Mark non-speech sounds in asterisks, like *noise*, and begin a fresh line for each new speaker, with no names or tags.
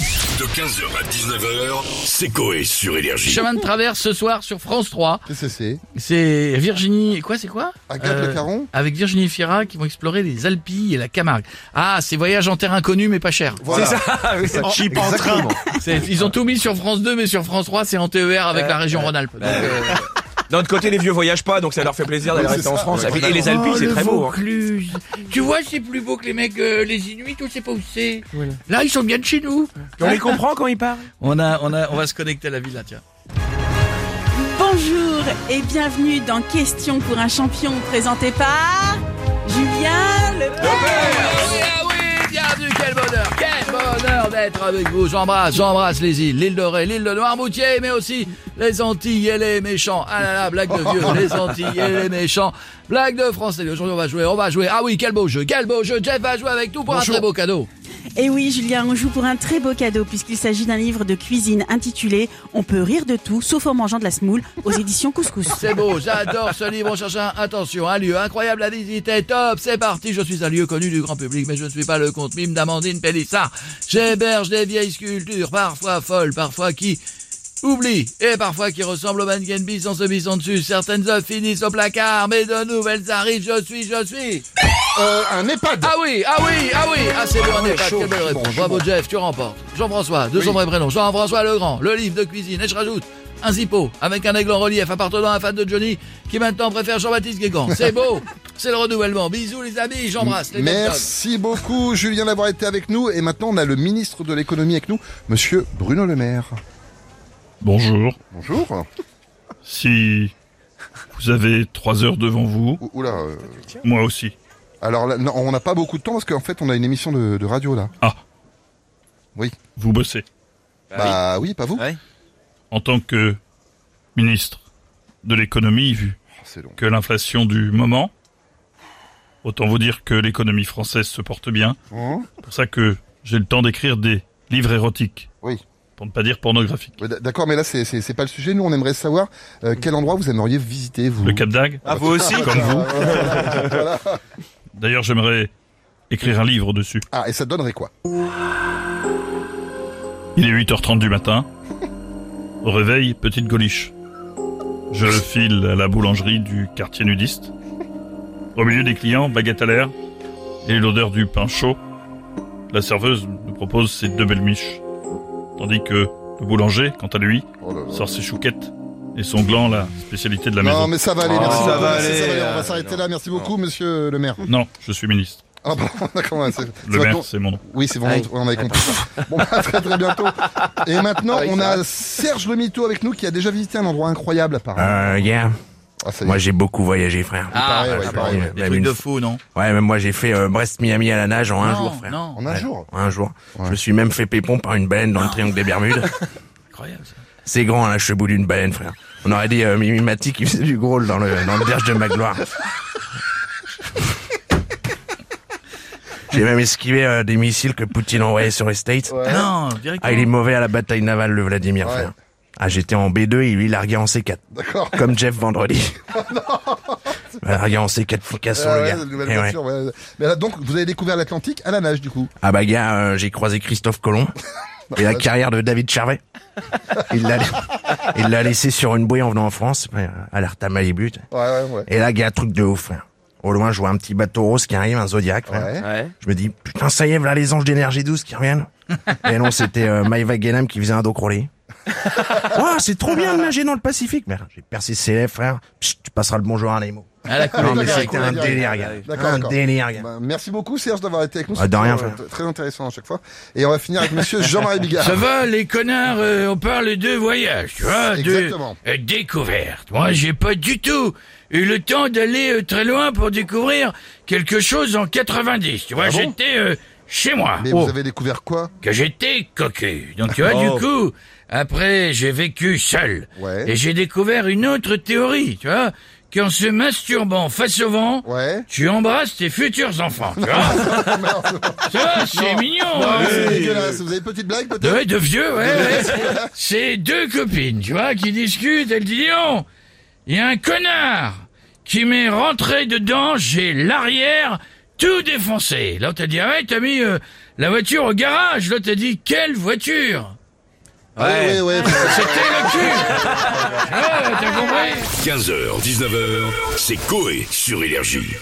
De 15h à 19h, c'est Coé sur Énergie.
Chemin de traverse ce soir sur France 3.
Qu'est-ce que c'est
C'est Virginie. Quoi, c'est quoi
Agathe
Euh,
Le Caron
Avec Virginie Fira qui vont explorer les Alpilles et la Camargue. Ah, c'est voyage en terre inconnue mais pas cher.
Voilà.
C'est ça, cheap en train.
Exactement.
C'est- Ils ont tout mis sur France 2 mais sur France 3 c'est en TER avec la région Rhône-Alpes.
bah,
Donc, euh,
D'un autre côté, les vieux voyagent pas, donc ça leur fait plaisir d'aller
Oui, c'est
rester en
ça.
France.
Ouais,
et les Alpilles,
Oh,
c'est
le
très beau. hein.
Vaucluse. Tu vois, c'est plus beau que les mecs, euh, les Inuits, on sait pas où c'est. Là, ils sont bien de chez nous.
On les comprend quand ils parlent.
On a, on a, on va se connecter à la ville là, tiens.
Bonjour et bienvenue dans Question pour un champion présenté par Julien Lepers.
Eh oui, bienvenue, quel bonheur, quel bonheur d'être avec vous. J'embrasse, j'embrasse les îles, l'île de Ré, l'île de Noirmoutier, mais aussi les Antilles et les méchants. Ah là là, blague de vieux, les Antilles et les méchants. Blague de français. Aujourd'hui, on va jouer, on va jouer. Ah oui, quel beau jeu, quel beau jeu. Jeff va jouer avec nous pour un très beau cadeau.
Et oui Julien, on joue pour un très beau cadeau puisqu'il s'agit d'un livre de cuisine intitulé On peut rire de tout sauf en mangeant de la semoule aux éditions Couscous.
C'est beau, j'adore ce livre. On cherche un, attention, un lieu incroyable à visiter. Top, c'est parti. Je suis un lieu connu du grand public, mais je ne suis pas le compte mime d'Amandine Pélissard. J'héberge des vieilles sculptures, parfois folles, parfois qui oublient, et parfois qui ressemblent aux mannequins bis en se bisant dessus. Certaines œuvres finissent au placard, mais de nouvelles arrivent. Je suis, je suis.
Euh, un EHPAD.
Ah oui, ah oui, ah oui. Ah, c'est bon, on est pas.
chaud,
Quelle belle
je suis
réponse.
bon, je suis
Bravo,
bon.
Jeff, tu remportes. Jean-François, de son vrai prénom. Jean-François Legrand, le livre de cuisine. Et je rajoute un zippo avec un aigle en relief appartenant à un fan de Johnny qui maintenant préfère Jean-Baptiste Guégan. C'est *laughs* beau. c'est le renouvellement. Bisous, les amis. J'embrasse les Merci.
Merci beaucoup Julien d'avoir été avec nous et maintenant on a le ministre de l'économie avec nous, monsieur Bruno Le Maire.
Bonjour.
Bonjour.
Si vous avez trois heures devant vous,
Ou- Oula. euh,
moi aussi.
Alors là, non, on n'a pas beaucoup de temps parce qu'en fait on a une émission de, de radio là.
Ah.
Oui.
Vous bossez
Bah oui, pas vous.
Ouais.
en tant que ministre de l'économie, vu
Oh, C'est long.
que l'inflation du moment. Autant vous dire que l'économie française se porte bien.
Hein
C'est pour ça que j'ai le temps d'écrire des livres érotiques.
Oui.
Pour ne pas dire pornographiques.
Ouais, d- D'accord, mais là c'est- c'est c'est pas le sujet. Nous on aimerait savoir euh, quel endroit vous aimeriez visiter vous.
Le Cap d'Agde.
Ah, vous aussi
*laughs*
Comme vous. D'ailleurs, j'aimerais écrire un livre dessus.
Ah et ça donnerait quoi
Il est 8h30 du matin. Au réveil, petite goliche. Je file à la boulangerie du quartier nudiste. Au milieu des clients, baguette à l'air et l'odeur du pain chaud. La serveuse nous propose ses deux belles miches. Tandis que le boulanger, quant à lui,
Oh là là.
sort ses chouquettes et son gland, la spécialité de la
Non
maison.
mais ça va aller.
Oh,
merci
ça
beaucoup,
va
merci,
aller,
On va
euh,
s'arrêter
non.
là. Merci beaucoup Monsieur Le Maire.
Non, je suis ministre.
Ah bah, *laughs* d'accord, c'est- c'est
Le
votre
maire,
nom.
c'est mon nom.
Oui, c'est bon, on avait compris. *laughs* Bon, bah, à très très bientôt. Et maintenant, on a Serge Le Mito avec nous qui a déjà visité un endroit incroyable apparemment.
Euh, yeah.
Ah, ça y est.
Moi j'ai beaucoup voyagé frère.
Ah,
pareil, ouais,
Ah,
pareil,
bah,
ouais.
des
même
trucs
une-
de fou, non
Ouais, même moi j'ai fait euh, Brest-Miami à la nage en un
non,
jour frère.
Non,
En un jour.
En un jour.
Ouais.
Je me suis même fait pépon par une baleine
Ah.
dans le triangle des
*laughs*
Bermudes.
incroyable ça.
C'est grand hein, là, chebou d'une baleine frère. On aurait dit euh, Mimimati qui faisait du growl dans le, dans le derge de *laughs* Magloire. J'ai même esquivé euh, des missiles que Poutine envoyait sur les States.
Ouais.
Non,
Ah, il est mauvais à la bataille navale, le Vladimir,
Ouais.
frère. Ah, j'étais en B2 et lui, il larguait en C4.
D'accord.
Comme Jeff
*laughs*
vendredi. Bah, Larguait en C4 Picasso,
Ah
le
ouais,
gars.
la nouvelle
Eh ouais.
voiture, ouais. Mais là, donc, vous avez découvert l'Atlantique à la nage, du coup.
Ah bah, gars, euh, j'ai croisé Christophe
*laughs*
Colomb. Et la carrière de David Charvet. Il l'a, il l'a laissé sur une bouée en venant en France, euh, à l'Arta Malibu. tu sais.
Ouais, ouais, ouais.
Et là, gars, truc de ouf, frère. Au loin, je vois un petit bateau rose qui arrive, un Zodiac, frère.
Ouais.
Je me dis, putain, ça y est, voilà les anges d'énergie douce qui reviennent. Et non, c'était euh, Maïva Guénam qui faisait un dos crawlé. Ouah, c'est trop bien de nager dans le Pacifique. Merde, j'ai percé ses lèvres, frère. Psst, tu passeras le bonjour à un émo.
À la couleur
Non, mais
de l'air,
c'était
écoute.
un délire, gars.
Ah, D'accord,
Un
d'accord.
délire, gars.
Bah, merci beaucoup, Serge, d'avoir été avec nous.
Ah, de rien,
C'était, euh,
frère.
Très intéressant à chaque fois. Et on va finir avec monsieur Jean-Marie
*laughs*
Bigard.
Ça va, les connards, euh, on parle de voyage, tu vois, de
Exactement.
euh, découverte. Moi, j'ai pas du tout eu le temps d'aller euh, très loin pour découvrir quelque chose en 90, tu vois,
Ah bon
j'étais euh, chez moi.
Mais
Oh
vous avez découvert quoi?
que j'étais cocu. Donc tu vois, du coup, après, j'ai vécu seul.
Ouais.
Et j'ai découvert une autre théorie, tu vois, qu'en se masturbant face au vent,
Ouais.
tu embrasses tes futurs enfants, tu
*laughs*
vois. Ça, c'est mignon. hein.
C'est dégueulasse. Vous avez une petite blague, peut-être?
Ouais, de vieux, ouais, ouais. C'est deux copines, tu vois, qui discutent. Elles disent,
oh,
non, il y a un connard qui m'est rentré dedans, j'ai l'arrière
tout défoncé. L'autre t'as dit, ah ouais, t'as mis euh, la voiture au garage. L'autre t'as dit, quelle voiture
Ouais, ouais, ouais.
C'était le cul Ouais, t'as compris
15h, 19h, c'est Coé sur Énergie.